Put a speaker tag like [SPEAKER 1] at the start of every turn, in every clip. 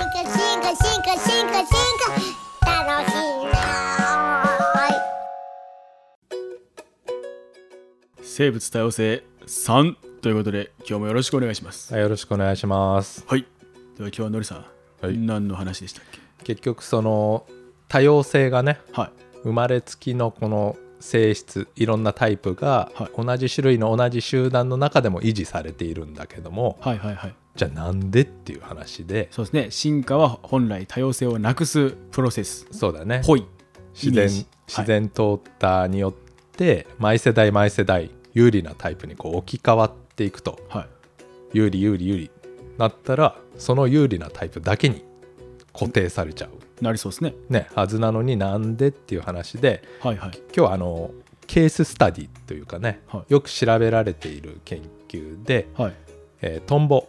[SPEAKER 1] 化進化進化進化楽しいなーい
[SPEAKER 2] 生物多様性3ということで今日もよろしくお願いします
[SPEAKER 3] はいよろしくお願いします。
[SPEAKER 2] はいでは今日はのりさん、
[SPEAKER 3] はい
[SPEAKER 2] 何の話でしたっけ
[SPEAKER 3] 結局その多様性がね
[SPEAKER 2] はい
[SPEAKER 3] 生まれつきのこの性質いろんなタイプが
[SPEAKER 2] はい
[SPEAKER 3] 同じ種類の同じ集団の中でも維持されているんだけども
[SPEAKER 2] はいはいはい
[SPEAKER 3] じゃあなんでっていう話で
[SPEAKER 2] そうですね進化は本来多様性をなくすプロセス
[SPEAKER 3] そうだね
[SPEAKER 2] ぽい
[SPEAKER 3] 自
[SPEAKER 2] イメー
[SPEAKER 3] 然
[SPEAKER 2] ジ
[SPEAKER 3] 自然淘汰によって毎世代毎世代有利なタイプにこう置き換わっていくと
[SPEAKER 2] はい、はい
[SPEAKER 3] 有利有利有利なったらその有利なタイプだけに固定されちゃう
[SPEAKER 2] なりそうですね
[SPEAKER 3] ねはずなのになんでっていう話で
[SPEAKER 2] はいはい
[SPEAKER 3] 今日はあのケーススタディというかね、
[SPEAKER 2] はい
[SPEAKER 3] よく調べられている研究で、
[SPEAKER 2] はい
[SPEAKER 3] えートンボ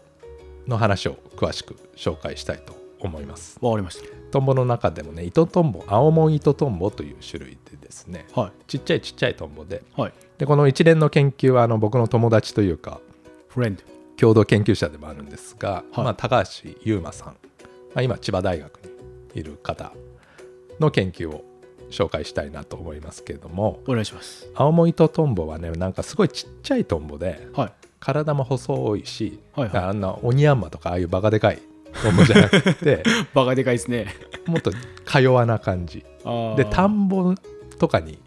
[SPEAKER 3] の話を詳しく紹介したいと思います
[SPEAKER 2] わかりまし
[SPEAKER 3] トンボの中でもね糸トンボ青門糸トンボという種類でですね
[SPEAKER 2] たは
[SPEAKER 3] ちっちゃいちっちゃいトンボで
[SPEAKER 2] いはい
[SPEAKER 3] でこの一連の研究はあの僕の友達というか
[SPEAKER 2] フレンド
[SPEAKER 3] 共同研究者でもあるんですが、
[SPEAKER 2] はい
[SPEAKER 3] まあ、高橋優馬さん、まあ、今千葉大学にいる方の研究を紹介したいなと思いますけれども
[SPEAKER 2] お願いします
[SPEAKER 3] 青モイトトンボはねなんかすごいちっちゃいトンボで
[SPEAKER 2] はい
[SPEAKER 3] 体も細いし、
[SPEAKER 2] はいはい
[SPEAKER 3] あんなオニヤンマとかああいうバカでかいトンボじゃな くて
[SPEAKER 2] バカでかいですね
[SPEAKER 3] もっとか弱な感じ
[SPEAKER 2] あー
[SPEAKER 3] で田んぼとかに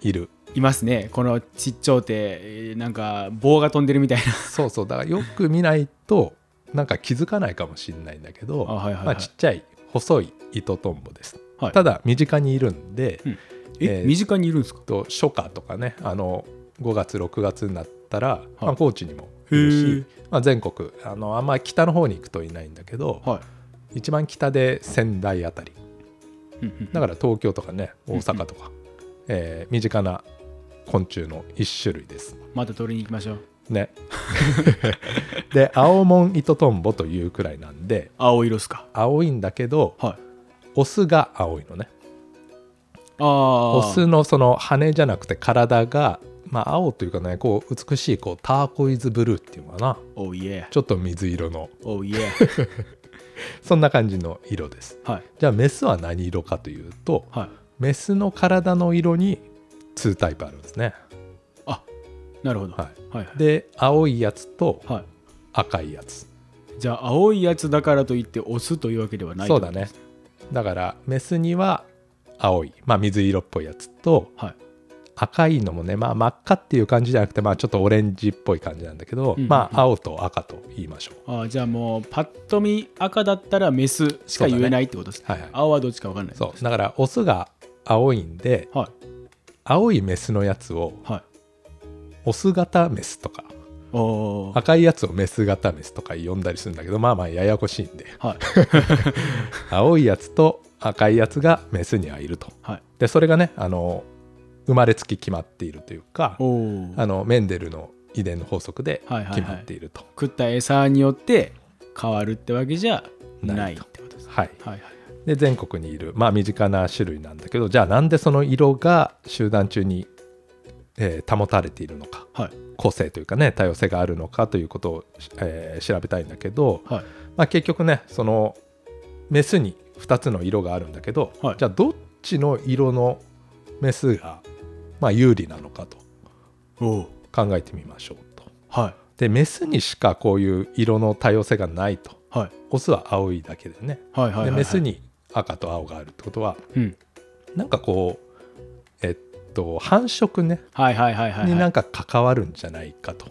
[SPEAKER 3] いる
[SPEAKER 2] いますねこのちっちょうてえーなんか棒が飛んでるみたいな
[SPEAKER 3] そうそうだからよく見ないとなんか気づかないかもしれないんだけど
[SPEAKER 2] あはいはいはい
[SPEAKER 3] まあ、ちっちゃい細い糸トンボです、
[SPEAKER 2] はい
[SPEAKER 3] ただ身近にいるんで、
[SPEAKER 2] うんえ、
[SPEAKER 3] えー
[SPEAKER 2] 身近にいるんですか
[SPEAKER 3] と初夏とかねあの5月6月になったら、
[SPEAKER 2] い
[SPEAKER 3] まあ、高知にもいる
[SPEAKER 2] へ
[SPEAKER 3] し
[SPEAKER 2] ー、
[SPEAKER 3] まあ、全国あのあんま北の方に行くといないんだけど、
[SPEAKER 2] は
[SPEAKER 3] 一番北で仙台あたり
[SPEAKER 2] い、うんうん
[SPEAKER 3] だから東京とかね大阪とか、えー身近な昆虫の一種類です。
[SPEAKER 2] また取りに行きましょう
[SPEAKER 3] ね、で青門糸トンボというくらいなんで
[SPEAKER 2] 青色っすか
[SPEAKER 3] 青いんだけど
[SPEAKER 2] はい
[SPEAKER 3] オスが青いのね
[SPEAKER 2] ああ
[SPEAKER 3] オスのその羽じゃなくて体が、まあ、青というかねこう美しいこうターコイズブルーっていうのかな
[SPEAKER 2] おいえ
[SPEAKER 3] ちょっと水色の
[SPEAKER 2] お いえ
[SPEAKER 3] そんな感じの色です
[SPEAKER 2] はい
[SPEAKER 3] じゃあメスは何色かというと
[SPEAKER 2] はい
[SPEAKER 3] メスの体の色に2タイプあるんですね、
[SPEAKER 2] あなるほど、
[SPEAKER 3] は
[SPEAKER 2] はいはい
[SPEAKER 3] い、で青いやつと
[SPEAKER 2] はい
[SPEAKER 3] 赤いやつ
[SPEAKER 2] じゃあ青いやつだからといってオスというわけではない
[SPEAKER 3] そうだねだからメスには青い、まあ、水色っぽいやつと
[SPEAKER 2] はい
[SPEAKER 3] 赤いのもね、まあ、真っ赤っていう感じじゃなくて、まあ、ちょっとオレンジっぽい感じなんだけど、
[SPEAKER 2] うんうん
[SPEAKER 3] まあ青と赤と言いましょう
[SPEAKER 2] あーじゃあもうパッと見赤だったらメスしか言えないってことですね
[SPEAKER 3] はいはい
[SPEAKER 2] 青はどっちか分かんない
[SPEAKER 3] そうだからオスが青いんで
[SPEAKER 2] はい
[SPEAKER 3] 青いメスのやつを
[SPEAKER 2] はい
[SPEAKER 3] オス型メスとか
[SPEAKER 2] おおー
[SPEAKER 3] 赤いやつをメス型メスとか呼んだりするんだけどまあまあややこしいんで
[SPEAKER 2] はい
[SPEAKER 3] 青いやつと赤いやつがメスにはいると
[SPEAKER 2] はい
[SPEAKER 3] でそれがねあの生まれつき決まっているというか
[SPEAKER 2] おお
[SPEAKER 3] あのメンデルの遺伝の法則で
[SPEAKER 2] はいはいはい
[SPEAKER 3] 決まっていると。
[SPEAKER 2] 食った餌によって変わるってわけじゃな
[SPEAKER 3] ないい
[SPEAKER 2] っ
[SPEAKER 3] と
[SPEAKER 2] てことですね
[SPEAKER 3] はい
[SPEAKER 2] はいはい
[SPEAKER 3] で全国にいる、まあ、身近な種類なんだけどじゃあなんでその色が集団中に、えー保たれているのか
[SPEAKER 2] はい
[SPEAKER 3] 個性というかね多様性があるのかということを、えー調べたいんだけど、
[SPEAKER 2] はい
[SPEAKER 3] まあ、結局ねそのメスに2つの色があるんだけど、
[SPEAKER 2] はい
[SPEAKER 3] じゃあどっちの色のメスが、まあ、有利なのかと
[SPEAKER 2] おお
[SPEAKER 3] 考えてみましょうと。
[SPEAKER 2] はい
[SPEAKER 3] でメスにしかこういう色の多様性がないと
[SPEAKER 2] はい
[SPEAKER 3] オスは青いだけでね、
[SPEAKER 2] はいはいはいはい
[SPEAKER 3] でメスに赤と青があるってことは
[SPEAKER 2] うん
[SPEAKER 3] なんかこうえっと繁殖ね
[SPEAKER 2] はいはいはいはい
[SPEAKER 3] に
[SPEAKER 2] は
[SPEAKER 3] ないんか関わるんじゃないかと、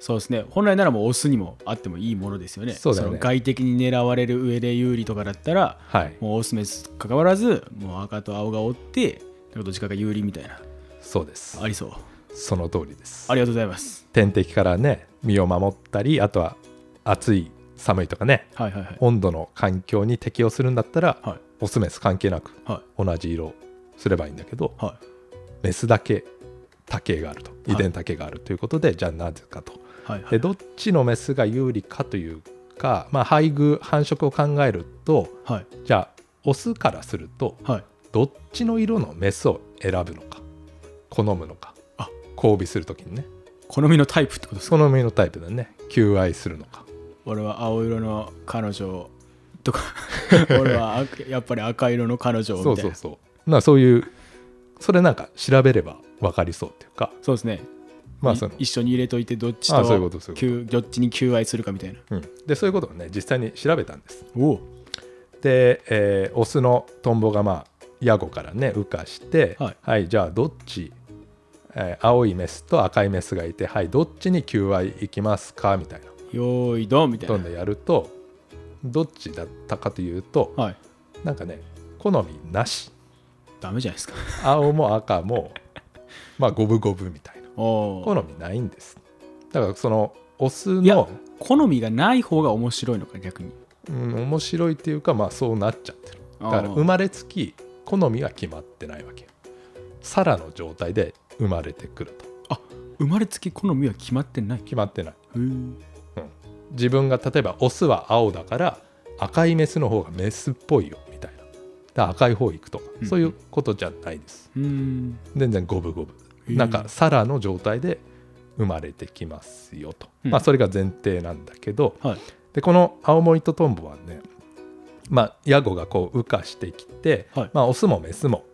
[SPEAKER 2] そうですね本来ならもうオスにもあってもいいものですよね
[SPEAKER 3] そうだよね
[SPEAKER 2] の外敵に狙われる上で有利とかだったら
[SPEAKER 3] はい
[SPEAKER 2] もうオスメス関わらずもう赤と青がおってどっちかが有利みたいな
[SPEAKER 3] そうです
[SPEAKER 2] ありそう
[SPEAKER 3] その通りです
[SPEAKER 2] ありがとうございます
[SPEAKER 3] 天敵からね身を守ったりあとは暑い寒いとかね
[SPEAKER 2] はいはいはい
[SPEAKER 3] 温度の環境に適応するんだったら、
[SPEAKER 2] はい
[SPEAKER 3] オスメス関係なく
[SPEAKER 2] は
[SPEAKER 3] 同じ色をすればいいんだけど
[SPEAKER 2] いは
[SPEAKER 3] メスだけ多形があると
[SPEAKER 2] い
[SPEAKER 3] 遺伝多形があるということで、じゃあなぜかと
[SPEAKER 2] いはいは
[SPEAKER 3] で
[SPEAKER 2] い
[SPEAKER 3] どっちのメスが有利かというか、まあ、配偶繁殖を考えると
[SPEAKER 2] はい
[SPEAKER 3] じゃあオスからすると
[SPEAKER 2] はい
[SPEAKER 3] どっちの色のメスを選ぶのか好むのか
[SPEAKER 2] あ
[SPEAKER 3] 交尾するときにね
[SPEAKER 2] 好みのタイプってことですか
[SPEAKER 3] 好みのタイプでね求愛するのか
[SPEAKER 2] 俺は青色の彼女をとか俺はあやっぱり赤色の彼女みた
[SPEAKER 3] そ
[SPEAKER 2] いうな
[SPEAKER 3] そうそうなんかそういうそれなんか調べれば分かりそうっていうか
[SPEAKER 2] そうですね
[SPEAKER 3] まあその
[SPEAKER 2] い一緒に入れといてどっち
[SPEAKER 3] あそういうこととそういうこ
[SPEAKER 2] 求どっちに求愛するかみたいな
[SPEAKER 3] うん、でそういうことをね実際に調べたんです
[SPEAKER 2] おお
[SPEAKER 3] で、えーオスのトンボがまあヤゴからね羽化して
[SPEAKER 2] はい
[SPEAKER 3] じゃあどっち、えー青いメスと赤いメスがいてはいどっちに求愛いきますかみたいな
[SPEAKER 2] よーいどんみたい
[SPEAKER 3] ど
[SPEAKER 2] なん
[SPEAKER 3] どんやるとどっちだったかというと
[SPEAKER 2] はい
[SPEAKER 3] なんかね好みなし
[SPEAKER 2] ダメじゃないですか
[SPEAKER 3] 青も赤もまあ五分五分みたいな
[SPEAKER 2] お
[SPEAKER 3] 好
[SPEAKER 2] ー
[SPEAKER 3] みないんですだからそのオス
[SPEAKER 2] いや
[SPEAKER 3] の、
[SPEAKER 2] 好みがない方が面白いのか逆に
[SPEAKER 3] うん、面白いっていうかまあそうなっちゃってるだから
[SPEAKER 2] あー
[SPEAKER 3] 生まれつき好みが決まってないわけサラの状態で生まれてくると
[SPEAKER 2] 生まれつき好みは決まってない
[SPEAKER 3] 決まってない
[SPEAKER 2] へー
[SPEAKER 3] 自分が例えばオスは青だから赤いメスの方がメスっぽいよみたいなだから赤い方行くとか、
[SPEAKER 2] うん
[SPEAKER 3] そういうことじゃないです
[SPEAKER 2] うーん
[SPEAKER 3] 全然五分五分
[SPEAKER 2] へー
[SPEAKER 3] なんかサラの状態で生まれてきますよと、
[SPEAKER 2] うん
[SPEAKER 3] まあそれが前提なんだけど、
[SPEAKER 2] はい
[SPEAKER 3] でこの青森とトンボはね、まあ、ヤゴがこう羽化してきて、
[SPEAKER 2] はい
[SPEAKER 3] まあ、オスもメスも、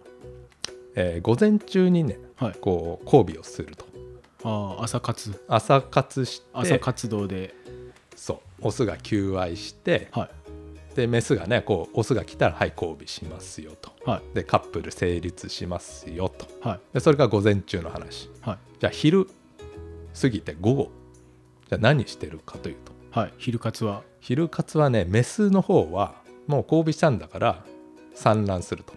[SPEAKER 3] えー午前中にね、
[SPEAKER 2] はい
[SPEAKER 3] こう交尾をすると
[SPEAKER 2] ああ朝活
[SPEAKER 3] 朝活して
[SPEAKER 2] 朝活動で
[SPEAKER 3] そうオスが求愛して
[SPEAKER 2] は
[SPEAKER 3] でメスがねこうオスが来たらはい交尾しますよと
[SPEAKER 2] いはい
[SPEAKER 3] でカップル成立しますよと
[SPEAKER 2] はい
[SPEAKER 3] でそれが午前中の話
[SPEAKER 2] はい
[SPEAKER 3] じゃあ昼過ぎて午後じゃあ何してるかというと
[SPEAKER 2] はい昼活は
[SPEAKER 3] 昼活はねメスの方はもう交尾したんだから産卵すると、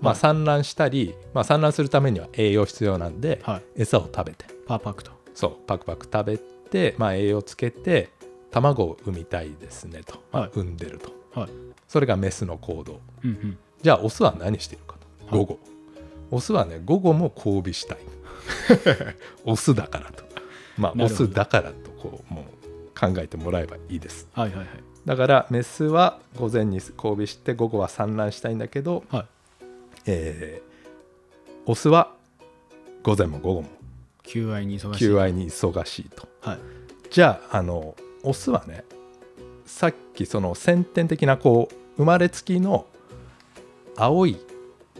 [SPEAKER 3] まあ、
[SPEAKER 2] はい
[SPEAKER 3] 産卵したり、まあ、産卵するためには栄養必要なんで、
[SPEAKER 2] はい
[SPEAKER 3] 餌を食べて
[SPEAKER 2] パーパクト
[SPEAKER 3] そうパクパク食べて、まあ、栄養つけて卵を産みたいですねと、まあ
[SPEAKER 2] はい
[SPEAKER 3] 産んでると
[SPEAKER 2] はい
[SPEAKER 3] それがメスの行動
[SPEAKER 2] うんうん
[SPEAKER 3] じゃあオスは何してるかと
[SPEAKER 2] はい
[SPEAKER 3] 午後、オスはね午後も交 尾したいオスだからとまあ
[SPEAKER 2] な
[SPEAKER 3] オ
[SPEAKER 2] るほど
[SPEAKER 3] スだからとこうもう考えてもらえばいいです
[SPEAKER 2] はいはいはい
[SPEAKER 3] だからメスは午前に交尾して午後は産卵したいんだけど、
[SPEAKER 2] はい
[SPEAKER 3] えーオスは午前も午後も
[SPEAKER 2] 求愛に忙しい
[SPEAKER 3] 求愛に忙しいと
[SPEAKER 2] はい
[SPEAKER 3] じゃああのオスはねさっきその先天的なこう生まれつきの青い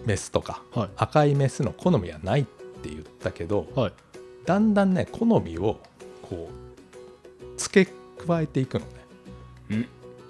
[SPEAKER 3] メスとか
[SPEAKER 2] はい
[SPEAKER 3] 赤いメスの好みはないって言ったけど
[SPEAKER 2] はい
[SPEAKER 3] だんだんね好みをこう付け加えていくのね
[SPEAKER 2] うん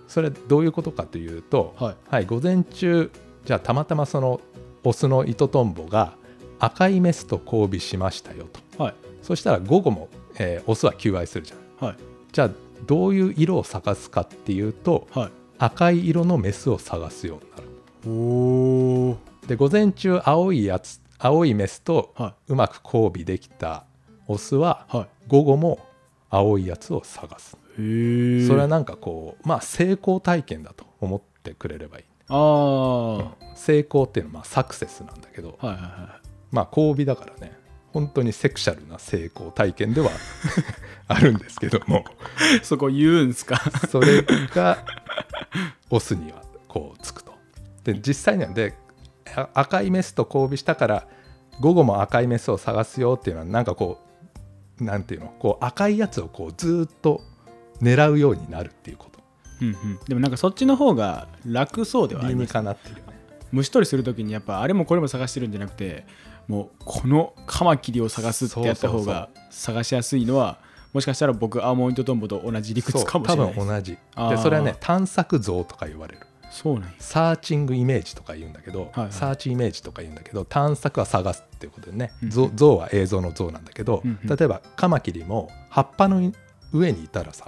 [SPEAKER 3] それどういうことかというと、
[SPEAKER 2] はい
[SPEAKER 3] 午前中じゃあたまたまそのオスのイトトンボが赤いメスと交尾しましたよと
[SPEAKER 2] はい
[SPEAKER 3] そしたら午後も、えーオスは求愛するじゃん
[SPEAKER 2] はい
[SPEAKER 3] じゃあどういう色を探すかっていうと
[SPEAKER 2] はい
[SPEAKER 3] 赤い色のメスを探すようになる
[SPEAKER 2] おお
[SPEAKER 3] で午前中青いやつ青いメスと
[SPEAKER 2] は
[SPEAKER 3] うまく交尾できたオスはい
[SPEAKER 2] は
[SPEAKER 3] 午後も青いやつを探す
[SPEAKER 2] いへえ
[SPEAKER 3] それはなんかこうまあ成功体験だと思ってくれればいい
[SPEAKER 2] ああは
[SPEAKER 3] 成功っていうのはまあサクセスなんだけど
[SPEAKER 2] いはいは
[SPEAKER 3] まあ交尾だからね本当にセクシャルな成功体験 ではあるんですけども
[SPEAKER 2] い そこ言うんすか
[SPEAKER 3] それがオスにはこうつくとで実際にはであ赤いメスと交尾したから午後も赤いメスを探すよっていうのはなんかこうなんていうのこう赤いやつをこうずーっと狙うようになるっていうこと
[SPEAKER 2] うんうんでもなんかそっちの方が楽そうではあ
[SPEAKER 3] 理
[SPEAKER 2] りま
[SPEAKER 3] に
[SPEAKER 2] す
[SPEAKER 3] かなってるよね
[SPEAKER 2] 虫取りするときにやっぱあれもこれも探してるんじゃなくてもうこのカマキリを探すってやった方が探しやすいのはもしかしたら僕アーモンドトンボと同じ理
[SPEAKER 3] そう
[SPEAKER 2] 屈かもしれない
[SPEAKER 3] 多分同じ
[SPEAKER 2] あ
[SPEAKER 3] で
[SPEAKER 2] ー
[SPEAKER 3] それはね探索像とか言われる
[SPEAKER 2] そうなんです
[SPEAKER 3] サーチングイメージとか言うんだけど、
[SPEAKER 2] はいはい
[SPEAKER 3] サーチイメージとか言うんだけど探索は探すっていうことでね、
[SPEAKER 2] うんうん
[SPEAKER 3] 像像は映像の像なんだけど、
[SPEAKER 2] うんうん
[SPEAKER 3] 例えばカマキリも葉っぱの上にいたらさ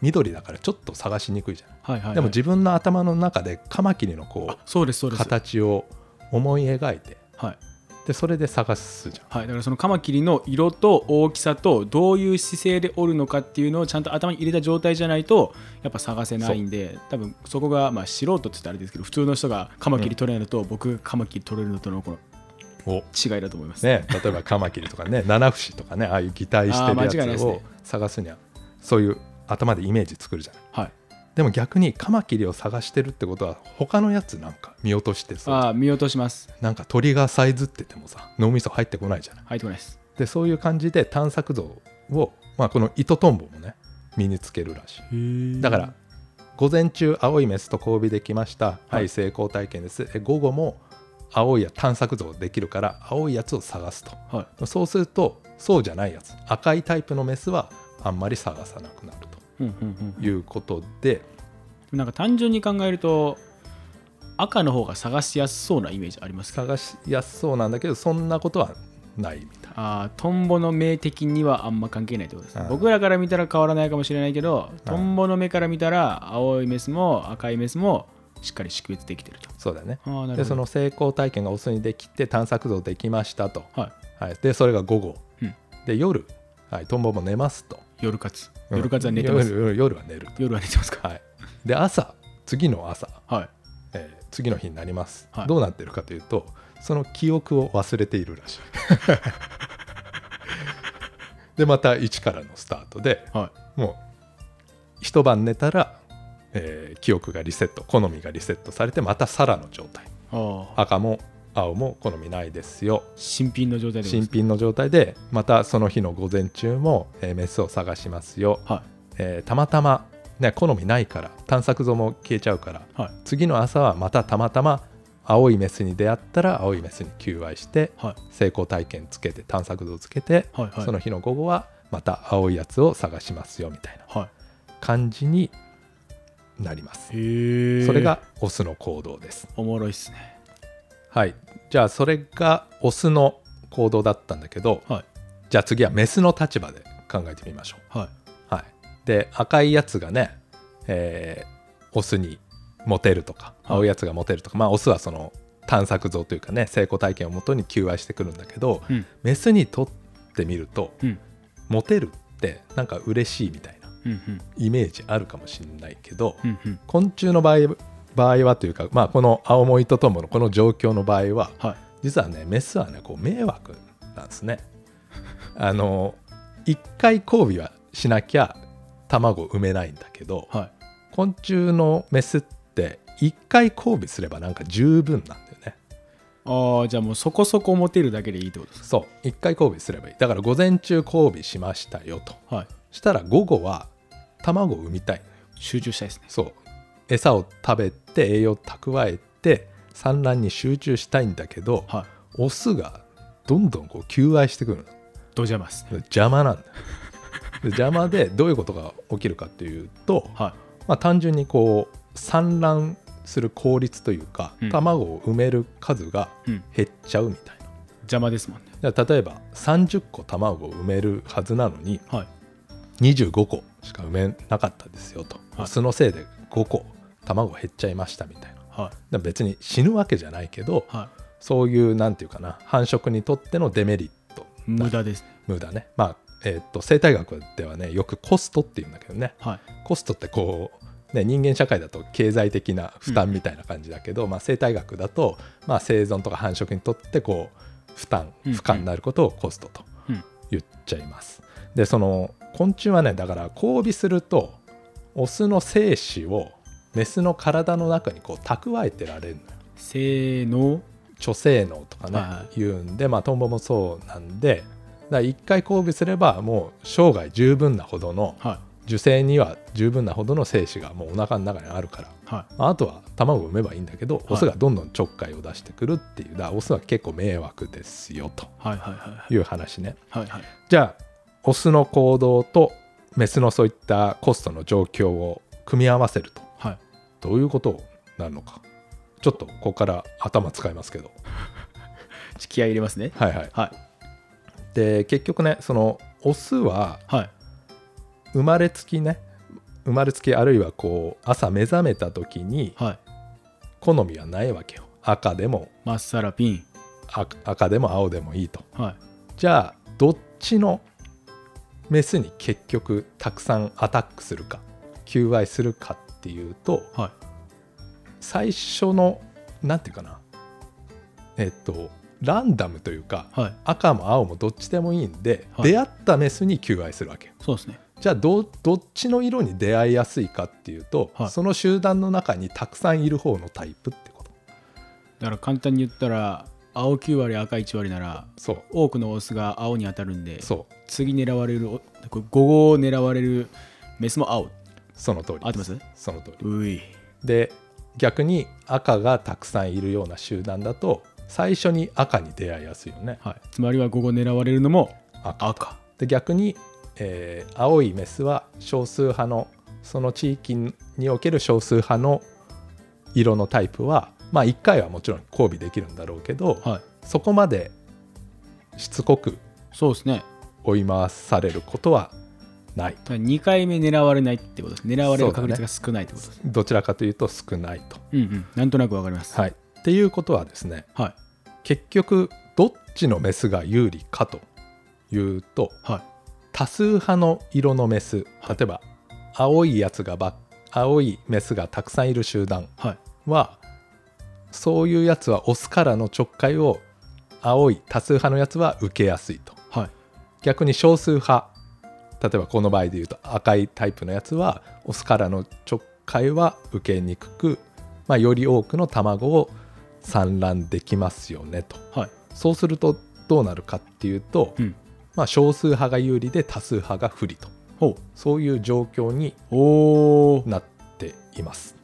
[SPEAKER 3] 緑だからちょっと探しにくいじゃない、
[SPEAKER 2] はいはいはい、
[SPEAKER 3] でも自分の頭の中でカマキリのこ
[SPEAKER 2] あそうですそう
[SPEAKER 3] う
[SPEAKER 2] です
[SPEAKER 3] 形を思い描いて
[SPEAKER 2] はい
[SPEAKER 3] でそれで探すじゃん
[SPEAKER 2] はい、だからそのカマキリの色と大きさとどういう姿勢でおるのかっていうのをちゃんと頭に入れた状態じゃないとやっぱ探せないんで多分そこがまあ素人って言ったらあれですけど普通の人がカマキリ取れるのと、僕カマキリ取れるのとのこの
[SPEAKER 3] お
[SPEAKER 2] 違いだと思います、
[SPEAKER 3] ね、例えばカマキリと かね七節とかねああいう擬態して
[SPEAKER 2] あー間違い
[SPEAKER 3] る
[SPEAKER 2] ない
[SPEAKER 3] や
[SPEAKER 2] で
[SPEAKER 3] つ
[SPEAKER 2] すね
[SPEAKER 3] を探すにはそういう頭でイメージ作るじゃない
[SPEAKER 2] はい、
[SPEAKER 3] でも逆にカマキリを探してるってことは他のやつなんか見落としてそう
[SPEAKER 2] ああ見落とします
[SPEAKER 3] なんか鳥がサイズっててもさ脳みそ入ってこないじゃない
[SPEAKER 2] 入ってこないです
[SPEAKER 3] でそういう感じで探索像を、まあ、この糸トンボもね身につけるらしいだから午前中青いメスと交尾できましたはい、成功体験ですえ午後も青いや探索像できるから青いやつを探す
[SPEAKER 2] はい
[SPEAKER 3] とそうするとそうじゃないやつ赤いタイプのメスはあんまり探さなくなる
[SPEAKER 2] うんうん
[SPEAKER 3] ということで
[SPEAKER 2] うん、なんか単純に考えると赤の方が探しやすそうなイメージありますか
[SPEAKER 3] 探しやすそうなんだけどそんなことはないみたい
[SPEAKER 2] あートンボの目的にはあんま関係ないってことですね
[SPEAKER 3] うん
[SPEAKER 2] 僕らから見たら変わらないかもしれないけど
[SPEAKER 3] うん
[SPEAKER 2] トンボの目から見たら青いメスも赤いメスもしっかり識別できてると
[SPEAKER 3] そうだね
[SPEAKER 2] あーなる
[SPEAKER 3] で
[SPEAKER 2] ほ
[SPEAKER 3] そ
[SPEAKER 2] ど
[SPEAKER 3] の成功体験がオスにできて探索像できましたと、
[SPEAKER 2] はい
[SPEAKER 3] はい、でそれが午後、
[SPEAKER 2] うん
[SPEAKER 3] で夜、はい、トンボも寝ますと
[SPEAKER 2] 夜活夜活は寝てます、
[SPEAKER 3] 夜夜夜は寝る
[SPEAKER 2] 夜は寝てますか
[SPEAKER 3] と、はい、で朝次の朝、
[SPEAKER 2] はい
[SPEAKER 3] えー次の日になります、
[SPEAKER 2] はい
[SPEAKER 3] どうなってるかというとその記憶を忘れているらしい でまた一からのスタートで
[SPEAKER 2] は
[SPEAKER 3] もう一晩寝たら、えー記憶がリセット好みがリセットされてまたさらの状態
[SPEAKER 2] いああ
[SPEAKER 3] 赤も青も好みないですよ
[SPEAKER 2] 新品の状態でございま
[SPEAKER 3] 新
[SPEAKER 2] す
[SPEAKER 3] 品の状態でまたその日の午前中も、えーメスを探しますよ、
[SPEAKER 2] は
[SPEAKER 3] えーたまたま、ね、好みないから探索像も消えちゃうから
[SPEAKER 2] いはい
[SPEAKER 3] 次の朝はまたたまたま青いメスに出会ったら青いメスに求愛して
[SPEAKER 2] はい
[SPEAKER 3] 成功体験つけて探索像つけて、
[SPEAKER 2] はいはい
[SPEAKER 3] その日の午後はまた青いやつを探しますよみたいな
[SPEAKER 2] は
[SPEAKER 3] 感じになります
[SPEAKER 2] いへえ
[SPEAKER 3] それがオスの行動です
[SPEAKER 2] おもろいっすね
[SPEAKER 3] はいじゃあそれがオスの行動だったんだけど
[SPEAKER 2] はい
[SPEAKER 3] じゃあ次はメスの立場で考えてみましょ
[SPEAKER 2] は
[SPEAKER 3] うはいで赤いやつがね、えーオスにモテるとか
[SPEAKER 2] はい
[SPEAKER 3] 青いやつがモテるとかまあオスはその探索像というかね成功体験をもとに求愛してくるんだけど
[SPEAKER 2] いうん
[SPEAKER 3] メスにとってみると
[SPEAKER 2] うん
[SPEAKER 3] モテるってなんか嬉しいみたいな
[SPEAKER 2] うんうん
[SPEAKER 3] イメージあるかもしれないけど、
[SPEAKER 2] うんうん
[SPEAKER 3] 昆虫の場合場合はというか、まあ、この青森ととものこの状況の場合は
[SPEAKER 2] はい
[SPEAKER 3] 実はねメスはねこう迷惑なんですね。 あの一回交尾はしなきゃ卵を産めないんだけど
[SPEAKER 2] はい
[SPEAKER 3] 昆虫のメスって一回交尾すればなんか十分なんだよね。
[SPEAKER 2] ああじゃあもうそこそこモテるだけでいいってことです
[SPEAKER 3] そう一回交尾すればいいだから午前中交尾しましたよと
[SPEAKER 2] かはい
[SPEAKER 3] したら午後は卵を産みたいのよ
[SPEAKER 2] 集中したいですね
[SPEAKER 3] そう餌を食べて栄養を蓄えて産卵に集中したいんだけど
[SPEAKER 2] はい
[SPEAKER 3] オスがどんどんこう求愛してくるの
[SPEAKER 2] ドジャマスね
[SPEAKER 3] 邪魔な んだよで邪魔でどういうことが起きるかっていうと、
[SPEAKER 2] は
[SPEAKER 3] まあ、単純にこう産卵する効率というか、
[SPEAKER 2] うん
[SPEAKER 3] 卵を産める数が
[SPEAKER 2] いうん
[SPEAKER 3] 減っちゃうみたいな
[SPEAKER 2] 邪魔ですもんね
[SPEAKER 3] だから例えば30個卵を産めるはずなのに
[SPEAKER 2] はい
[SPEAKER 3] 25個しか産めなかったですよと、
[SPEAKER 2] はい
[SPEAKER 3] オスのせいで5個卵減っちゃいましたみたいな
[SPEAKER 2] はい
[SPEAKER 3] だから別に死ぬわけじゃないけど
[SPEAKER 2] はい
[SPEAKER 3] そういうなんていうかな繁殖にとってのデメリット
[SPEAKER 2] 無駄ですね
[SPEAKER 3] 無駄ねまあえー、と生態学ではねよくコストっていうんだけどね
[SPEAKER 2] はい
[SPEAKER 3] コストってこう、ね、人間社会だと経済的な負担みたいな感じだけど、まあ、生態学だと、まあ、生存とか繁殖にとってこう負担
[SPEAKER 2] うん
[SPEAKER 3] 負荷になることをコストと
[SPEAKER 2] うん
[SPEAKER 3] 言っちゃいます。でその昆虫はねだから交尾するとオスの精子をメスの体の中にこう蓄えてられるのよ。
[SPEAKER 2] せーの
[SPEAKER 3] 貯精能とかね、
[SPEAKER 2] はいは
[SPEAKER 3] 言うんで、まあ、トンボもそうなんでだから一回交尾すればもう生涯十分なほどの
[SPEAKER 2] は
[SPEAKER 3] 受精には十分なほどの精子がもうお腹の中にあるから、
[SPEAKER 2] いは
[SPEAKER 3] まあ、あとは卵を産めばいいんだけど、オスがどんどんちょっかいを出してくるっていうだからオスは結構迷惑ですよと
[SPEAKER 2] いはいはいはい
[SPEAKER 3] いう話ね
[SPEAKER 2] はいはい
[SPEAKER 3] じゃあオスの行動とメスのそういったコストの状況を組み合わせると
[SPEAKER 2] はい
[SPEAKER 3] どういうことになるのかちょっとここから頭使いますけど
[SPEAKER 2] ちょ気合い入れますね
[SPEAKER 3] はいはい
[SPEAKER 2] はい
[SPEAKER 3] で結局ねそのオスは
[SPEAKER 2] はい
[SPEAKER 3] 生まれつきね生まれつきあるいはこう朝目覚めた時に
[SPEAKER 2] はい
[SPEAKER 3] 好みはないわけよ赤でも
[SPEAKER 2] まっさらピン
[SPEAKER 3] 赤赤でも青でもいいと
[SPEAKER 2] はい
[SPEAKER 3] じゃあどっちのメスに結局たくさんアタックするか求愛するかっていうと
[SPEAKER 2] はい
[SPEAKER 3] 最初のなんていうかなえっとランダムというか
[SPEAKER 2] はい
[SPEAKER 3] 赤も青もどっちでもいいんで、
[SPEAKER 2] はい
[SPEAKER 3] 出会ったメスに求愛するわけよ
[SPEAKER 2] そうですね
[SPEAKER 3] じゃあどどっちの色に出会いやすいかっていうと、
[SPEAKER 2] はい
[SPEAKER 3] その集団の中にたくさんいる方のタイプってこと
[SPEAKER 2] だから簡単に言ったら青9割赤1割なら
[SPEAKER 3] そう
[SPEAKER 2] 多くのオスが青に当たるんで
[SPEAKER 3] そう
[SPEAKER 2] 次狙われる5号を狙われるメスも青
[SPEAKER 3] その通りです
[SPEAKER 2] 合ってます
[SPEAKER 3] その通り
[SPEAKER 2] うい
[SPEAKER 3] で逆に赤がたくさんいるような集団だと最初に赤に出会いやすいよね
[SPEAKER 2] はい、つまりは午後狙われるのも
[SPEAKER 3] 赤
[SPEAKER 2] 赤
[SPEAKER 3] で逆に、えー青いメスは少数派のその地域における少数派の色のタイプはまあ1回はもちろん交尾できるんだろうけど、
[SPEAKER 2] はい
[SPEAKER 3] そこまでしつこく
[SPEAKER 2] そうですね
[SPEAKER 3] 追い回されることはない
[SPEAKER 2] だから2回目狙われないってことです狙われる確率が少ないってことですう,、
[SPEAKER 3] どちらかというと少ないと。
[SPEAKER 2] んうんなんとなくわかります
[SPEAKER 3] はい、っていうことはですね
[SPEAKER 2] はい
[SPEAKER 3] 結局どっちのメスが有利かというと
[SPEAKER 2] はい
[SPEAKER 3] 多数派の色のメス例えば青いやつがばっ青いメスがたくさんいる集団
[SPEAKER 2] はい
[SPEAKER 3] はそういうやつはオスからのちょっかいを青い多数派のやつは受けやすいと
[SPEAKER 2] はい
[SPEAKER 3] 逆に少数派例えばこの場合で言うと赤いタイプのやつはオスからのちょっかいは受けにくく、まあ、より多くの卵を産卵できますよねと
[SPEAKER 2] はい
[SPEAKER 3] そうするとどうなるかっていうと、
[SPEAKER 2] うん
[SPEAKER 3] まあ、少数派が有利で多数派が不利と
[SPEAKER 2] ほ
[SPEAKER 3] そういう状況に
[SPEAKER 2] うおー
[SPEAKER 3] なっています。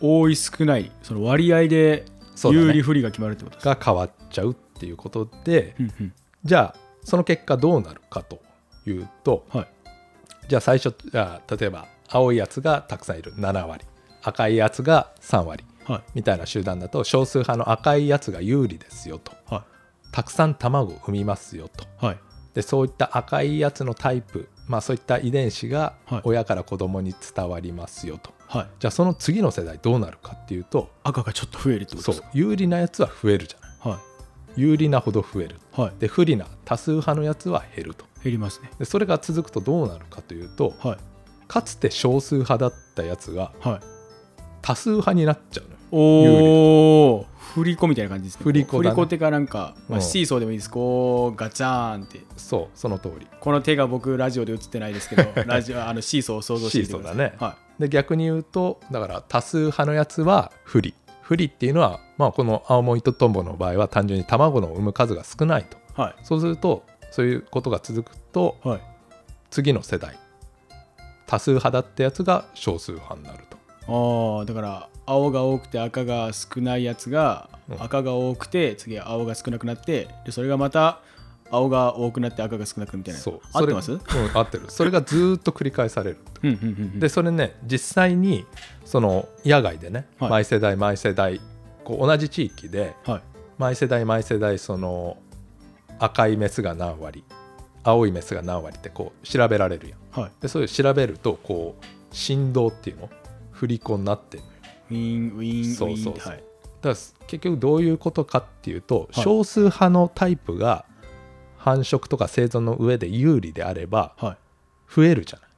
[SPEAKER 2] 多い少ないその割合で
[SPEAKER 3] そうだね
[SPEAKER 2] 有利不利が決まるってことです
[SPEAKER 3] が変わっちゃうっていうことで
[SPEAKER 2] うんうん
[SPEAKER 3] じゃあその結果どうなるかというと
[SPEAKER 2] はい
[SPEAKER 3] じゃあ最初じゃあ例えば青いやつがたくさんいる7割赤いやつが3割
[SPEAKER 2] はい
[SPEAKER 3] みたいな集団だと少数派の赤いやつが有利ですよと
[SPEAKER 2] は
[SPEAKER 3] たくさん卵を産みますよと
[SPEAKER 2] いはい
[SPEAKER 3] でそういった赤いやつのタイプ、まあ、そういった遺伝子が
[SPEAKER 2] はい
[SPEAKER 3] 親から子供に伝わりますよと、
[SPEAKER 2] はい
[SPEAKER 3] じゃあその次の世代どうなるかっていうと
[SPEAKER 2] 赤がちょっと増えるってこと
[SPEAKER 3] そ
[SPEAKER 2] で
[SPEAKER 3] う
[SPEAKER 2] すか
[SPEAKER 3] 有利なやつは増えるじゃない
[SPEAKER 2] は
[SPEAKER 3] 有利なほど増える
[SPEAKER 2] いはい
[SPEAKER 3] で不利な多数派のやつは減ると
[SPEAKER 2] 減りますね
[SPEAKER 3] でそれが続くとどうなるかというと
[SPEAKER 2] はい
[SPEAKER 3] かつて少数派だったやつが
[SPEAKER 2] はい
[SPEAKER 3] 多数派になっちゃうのよ
[SPEAKER 2] おお振り子みたいな感じですね
[SPEAKER 3] 振り子だね
[SPEAKER 2] 振り子ってかなんか、ま
[SPEAKER 3] う
[SPEAKER 2] あ、
[SPEAKER 3] ん
[SPEAKER 2] シーソーでもいいですこうガチャーンって
[SPEAKER 3] そうその通り
[SPEAKER 2] この手が僕ラジオで映ってないですけど ラジオあのシーソーを想像してみてください
[SPEAKER 3] シーソーだね
[SPEAKER 2] は
[SPEAKER 3] で逆に言うとだから多数派のやつは不利不利っていうのは、まあ、この青森とトンボの場合は単純に卵の産む数が少ないと
[SPEAKER 2] いは
[SPEAKER 3] そうするとそういうことが続くと
[SPEAKER 2] いはい
[SPEAKER 3] 次の世代多数派だったやつが少数派になると
[SPEAKER 2] ああだから青が多くて赤が少ないやつが、
[SPEAKER 3] うん
[SPEAKER 2] 赤が多くて次青が少なくなってでそれがまた青が多くなって赤が少なくみたいな
[SPEAKER 3] そう
[SPEAKER 2] 合っ
[SPEAKER 3] そ
[SPEAKER 2] て
[SPEAKER 3] れ
[SPEAKER 2] ます
[SPEAKER 3] うん合ってるそれがずーっと繰り返される
[SPEAKER 2] うんうんうんう
[SPEAKER 3] で
[SPEAKER 2] ん
[SPEAKER 3] それね実際にその野外でね、
[SPEAKER 2] はい
[SPEAKER 3] 毎世代毎世代こう同じ地域で
[SPEAKER 2] はい
[SPEAKER 3] 毎世代毎世代その赤いメスが何割青いメスが何割ってこう調べられるやん
[SPEAKER 2] はい
[SPEAKER 3] でそういう調べるとこう振動っていうの振り子になってるのよ
[SPEAKER 2] ウィンウィンウィン
[SPEAKER 3] そうそうそう
[SPEAKER 2] はい
[SPEAKER 3] だから結局どういうことかっていうと、
[SPEAKER 2] はい
[SPEAKER 3] 少数派のタイプが繁殖とか生存の上で有利であれば
[SPEAKER 2] はい
[SPEAKER 3] 増えるじゃない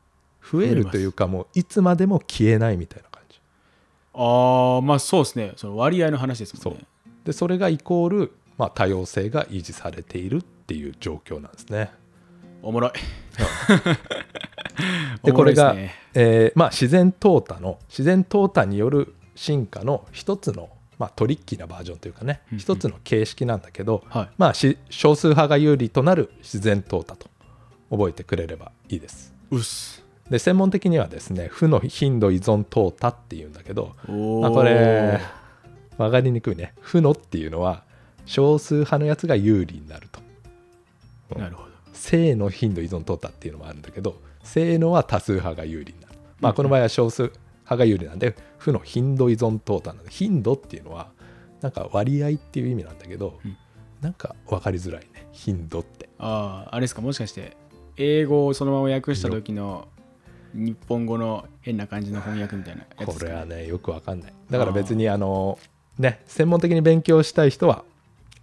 [SPEAKER 3] 増え
[SPEAKER 2] 増え
[SPEAKER 3] る
[SPEAKER 2] ます
[SPEAKER 3] というかもういつまでも消えないみたいな感じ
[SPEAKER 2] ああまあそうですねその割合の話ですもんね
[SPEAKER 3] でそれがイコール、まあ、多様性が維持されているっていう状況なんですね。
[SPEAKER 2] おもろい
[SPEAKER 3] で
[SPEAKER 2] お
[SPEAKER 3] こ
[SPEAKER 2] もろ
[SPEAKER 3] れ
[SPEAKER 2] いっす
[SPEAKER 3] が、
[SPEAKER 2] ね
[SPEAKER 3] えーまあ、自然淘汰の自然淘汰による進化の一つの、まあ、トリッキーなバージョンというかね
[SPEAKER 2] うんうん
[SPEAKER 3] 一つの形式なんだけど、
[SPEAKER 2] はい
[SPEAKER 3] まあ、し少数派が有利となる自然淘汰と覚えてくれればいいです。
[SPEAKER 2] うっす
[SPEAKER 3] で専門的にはですね負の頻度依存淘汰っていうんだけど、
[SPEAKER 2] お
[SPEAKER 3] まあ、
[SPEAKER 2] ー
[SPEAKER 3] これ分かりにくいね負のっていうのは少数派のやつが有利になると
[SPEAKER 2] なるほど
[SPEAKER 3] 性の頻度依存淘汰っていうのもあるんだけど性のは多数派が有利になる、まあ、この場合は少数派が有利なんで負の頻度依存淘汰なんで頻度っていうのはなんか割合っていう意味なんだけど、
[SPEAKER 2] うん
[SPEAKER 3] なんか分かりづらいね頻度って
[SPEAKER 2] あああれですかもしかして英語をそのまま訳した時の日本語の変な感じの翻訳みたいなやつで
[SPEAKER 3] こ
[SPEAKER 2] すか
[SPEAKER 3] れ
[SPEAKER 2] ね
[SPEAKER 3] はねよく分かんないだから別にあのね専門的に勉強したい人は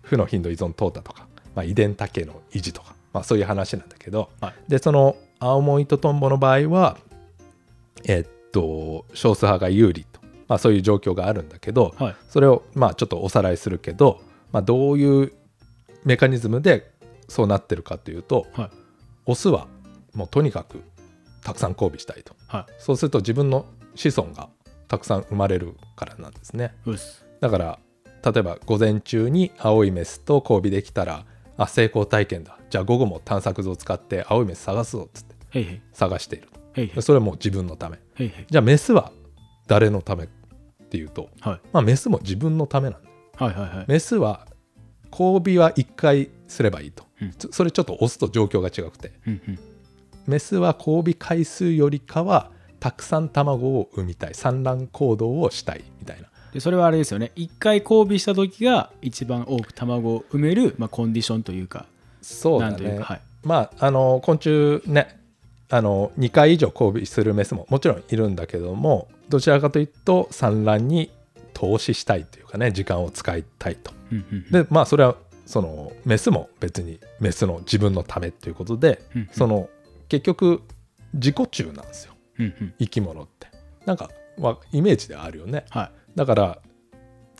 [SPEAKER 3] 負の頻度依存淘汰とか、まあ、遺伝多系の維持とか、まあ、そういう話なんだけど、
[SPEAKER 2] はい
[SPEAKER 3] でその青森とトンボの場合はえっと少数派が有利と、まあ、そういう状況があるんだけど、
[SPEAKER 2] はい
[SPEAKER 3] それをまあちょっとおさらいするけど、まあ、どういうメカニズムでそうなってるかというと
[SPEAKER 2] はい
[SPEAKER 3] オスはもうとにかくたくさん交尾したいと
[SPEAKER 2] はい
[SPEAKER 3] そうすると自分の子孫がたくさん生まれるからなんですね
[SPEAKER 2] うっす
[SPEAKER 3] だから例えば午前中に青いメスと交尾できたらあ成功体験だじゃあ午後も探索図を使って青いメス探すぞっつって
[SPEAKER 2] へいへい
[SPEAKER 3] 探している
[SPEAKER 2] へいへい
[SPEAKER 3] それはもう自分のため
[SPEAKER 2] へいへい
[SPEAKER 3] じゃあメスは誰のためっていうと、
[SPEAKER 2] はい
[SPEAKER 3] まあ、メスも自分のためなんだ
[SPEAKER 2] はいはいはい
[SPEAKER 3] メスは交尾は1回すればいいと、
[SPEAKER 2] うん
[SPEAKER 3] つそれちょっとオスと状況が違くて
[SPEAKER 2] うんうん
[SPEAKER 3] メスは交尾回数よりかはたくさん卵を産みたい産卵行動をしたいみたいな
[SPEAKER 2] でそれはあれですよね一回交尾した時が一番多く卵を産める、まあ、コンディションというか
[SPEAKER 3] そうだ
[SPEAKER 2] なんという
[SPEAKER 3] ね
[SPEAKER 2] かはい
[SPEAKER 3] まああの昆虫ねあの2回以上交尾するメスももちろんいるんだけどもどちらかというと産卵に投資したいというかね時間を使いたいと
[SPEAKER 2] うんうんうん
[SPEAKER 3] でまあそれはそのメスも別にメスの自分のためということで、
[SPEAKER 2] うんうん
[SPEAKER 3] その結局自己中なんですよ
[SPEAKER 2] うんうん
[SPEAKER 3] 生き物ってなんか、まあ、イメージではあるよね
[SPEAKER 2] はい
[SPEAKER 3] だから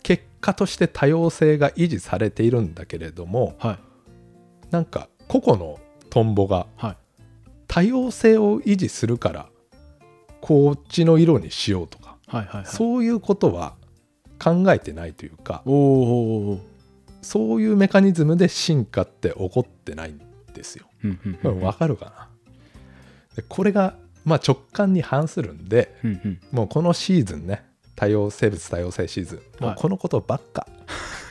[SPEAKER 3] 結果として多様性が維持されているんだけれども
[SPEAKER 2] はい
[SPEAKER 3] なんか個々のトンボが
[SPEAKER 2] はい
[SPEAKER 3] 多様性を維持するからこっちの色にしようとか
[SPEAKER 2] はいはいはい
[SPEAKER 3] そういうことは考えてないというか
[SPEAKER 2] おーおーおーおー
[SPEAKER 3] そういうメカニズムで進化って起こってないんですよ。
[SPEAKER 2] うんうん
[SPEAKER 3] こ
[SPEAKER 2] う
[SPEAKER 3] れ
[SPEAKER 2] ん
[SPEAKER 3] わかるかな、でこれが、まあ、直感に反するんで
[SPEAKER 2] うんうん
[SPEAKER 3] もうこのシーズンね多様生物多様性シーズンも
[SPEAKER 2] は
[SPEAKER 3] う
[SPEAKER 2] い
[SPEAKER 3] このことばっか、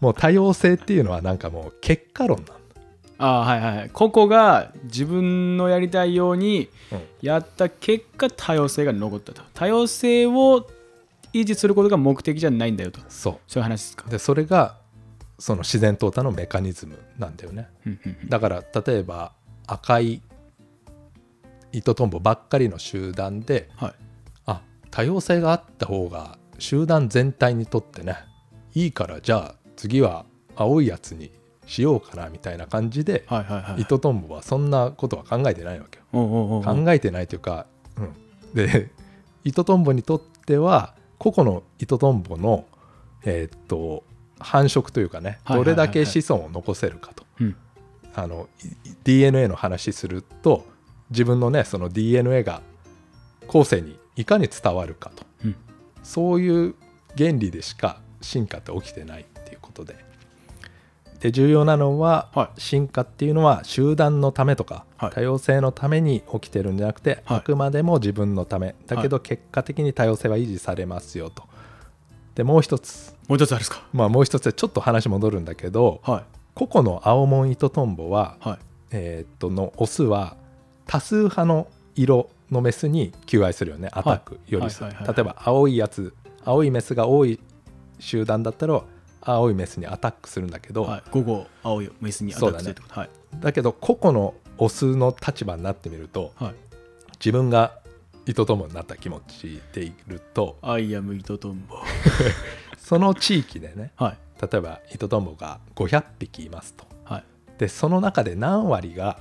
[SPEAKER 3] もう多様性っていうのはなんかもう結果論なんだ
[SPEAKER 2] あーはいはいはい個々が自分のやりたいように
[SPEAKER 3] うん
[SPEAKER 2] やった結果多様性が残ったと多様性を維持することが目的じゃないんだよと
[SPEAKER 3] そ
[SPEAKER 2] そういう話ですか
[SPEAKER 3] うでそれがその自然淘汰のメカニズムなんだよね
[SPEAKER 2] うんうんうん
[SPEAKER 3] だから例えば赤い糸トンボばっかりの集団で
[SPEAKER 2] はい
[SPEAKER 3] あ多様性があった方が集団全体にとってねいいからじゃあ次は青いやつにしようかなみたいな感じで、
[SPEAKER 2] はいはいはい
[SPEAKER 3] 糸トンボはそんなことは考えてないわけよ。
[SPEAKER 2] おうおうおうおう
[SPEAKER 3] 考えてないというか、うん、で 糸トンボにとっては個々の糸トンボの、えーっと繁殖というかね
[SPEAKER 2] はいは
[SPEAKER 3] ど
[SPEAKER 2] いはい
[SPEAKER 3] れ
[SPEAKER 2] はい
[SPEAKER 3] だけ子孫を残せるかと。
[SPEAKER 2] うん
[SPEAKER 3] あのい DNA の話すると自分のねその DNA が後世にいかに伝わるかと
[SPEAKER 2] うん
[SPEAKER 3] そういう原理でしか進化って起きてないっていうことでで重要なのは、
[SPEAKER 2] は
[SPEAKER 3] 進化っていうのは集団のためとか、
[SPEAKER 2] はい
[SPEAKER 3] 多様性のために起きてるんじゃなくて、
[SPEAKER 2] はい
[SPEAKER 3] あくまでも自分のためだけど結果的に多様性は維持されますよと。でもう一つ
[SPEAKER 2] もう一つあるんですか
[SPEAKER 3] まあもう一つでちょっと話戻るんだけど
[SPEAKER 2] は
[SPEAKER 3] 個々の青門糸トンボはい
[SPEAKER 2] はい
[SPEAKER 3] えーっとのオスは多数派の色のメスに求愛するよねアタックよりす
[SPEAKER 2] は
[SPEAKER 3] る
[SPEAKER 2] いはいはいは
[SPEAKER 3] 例
[SPEAKER 2] い
[SPEAKER 3] えば青いやつ青いメスが多い集団だったら青いメスにアタックするんだけど、
[SPEAKER 2] はい、午後青いメスにアタックするってこと、はい
[SPEAKER 3] だけど個々のオスの立場になってみると
[SPEAKER 2] はい
[SPEAKER 3] 自分が糸友になった気持ちでいると
[SPEAKER 2] アイアムイトトンボ
[SPEAKER 3] その地域でね
[SPEAKER 2] はい
[SPEAKER 3] 例えば糸友が500匹いますと
[SPEAKER 2] はい
[SPEAKER 3] でその中で何割が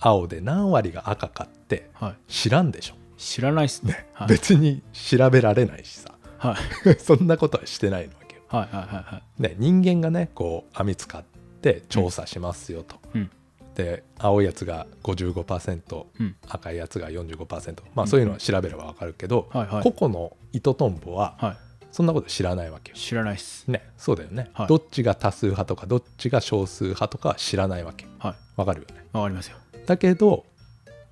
[SPEAKER 3] 青で何割が赤かって
[SPEAKER 2] はい
[SPEAKER 3] 知らんでしょ
[SPEAKER 2] 知らないっすねはい
[SPEAKER 3] 別に調べられないしさ
[SPEAKER 2] はい
[SPEAKER 3] そんなことはしてないわけよ、
[SPEAKER 2] はいはいはいはい
[SPEAKER 3] ね、人間がねこう網使って調査しますよと、
[SPEAKER 2] うん
[SPEAKER 3] で青いやつが55%、
[SPEAKER 2] うん
[SPEAKER 3] 赤いやつが45%まあそういうのは調べればわかるけど、
[SPEAKER 2] はいはい
[SPEAKER 3] 個々の糸とんぼは
[SPEAKER 2] は
[SPEAKER 3] そんなこと知らないわけよ
[SPEAKER 2] い、知らないっす
[SPEAKER 3] ね、そうだよね、
[SPEAKER 2] はい
[SPEAKER 3] どっちが多数派とかどっちが少数派とかは知らないわけ
[SPEAKER 2] は
[SPEAKER 3] わかるよね
[SPEAKER 2] いわかりますよ
[SPEAKER 3] だけど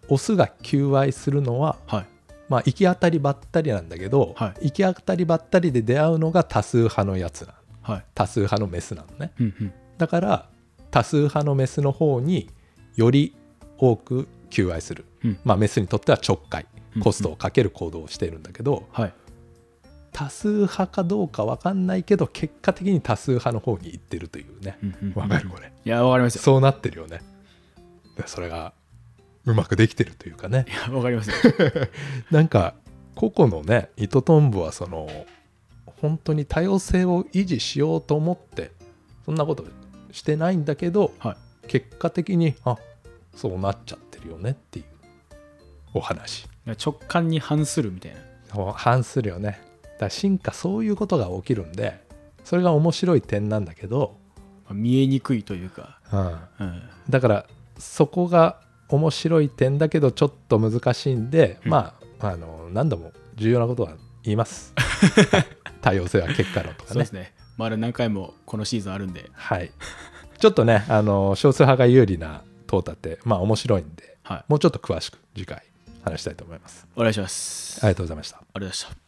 [SPEAKER 3] オスが求愛するのは
[SPEAKER 2] はい
[SPEAKER 3] まあ、行き当たりばったりなんだけど、
[SPEAKER 2] は
[SPEAKER 3] 行き当たりばったりで出会うのが多数派のやつな
[SPEAKER 2] はい
[SPEAKER 3] 多数派のメスなのね
[SPEAKER 2] うんうん
[SPEAKER 3] だから多数派のメスの方により多く求愛する、
[SPEAKER 2] うん
[SPEAKER 3] まあ、メスにとってはちょっかい
[SPEAKER 2] うん
[SPEAKER 3] コストをかける行動をしているんだけど、
[SPEAKER 2] はい
[SPEAKER 3] 多数派かどうか分かんないけど結果的に多数派の方に行ってるというね
[SPEAKER 2] うんうん
[SPEAKER 3] わかるこれ
[SPEAKER 2] いやわかりますよ
[SPEAKER 3] そうなってるよねでそれがうまくできてるというかね
[SPEAKER 2] いやわかりますよ
[SPEAKER 3] なんか個々のね糸とんぼはその本当に多様性を維持しようと思ってそんなことしてないんだけど
[SPEAKER 2] はい
[SPEAKER 3] 結果的にあそうなっちゃってるよねっていうお話
[SPEAKER 2] いや直感に反するみたいな
[SPEAKER 3] もう反するよねだから進化そういうことが起きるんでそれが面白い点なんだけど、
[SPEAKER 2] まあ見えにくいというか、
[SPEAKER 3] うん、
[SPEAKER 2] うん、
[SPEAKER 3] だからそこが面白い点だけどちょっと難しいんで、
[SPEAKER 2] うん
[SPEAKER 3] まああの何度も重要なことは言います。 多様性は結果論と
[SPEAKER 2] そ
[SPEAKER 3] か
[SPEAKER 2] うで
[SPEAKER 3] ね
[SPEAKER 2] す。ねまだ何回もこのシーズンあるんで
[SPEAKER 3] はい、ちょっとねあの少数派が有利な淘汰ってまあ面白いんで
[SPEAKER 2] はい
[SPEAKER 3] もうちょっと詳しく次回話したいと思います。
[SPEAKER 2] お願いします。
[SPEAKER 3] ありがとうございました。
[SPEAKER 2] ありがとうございました。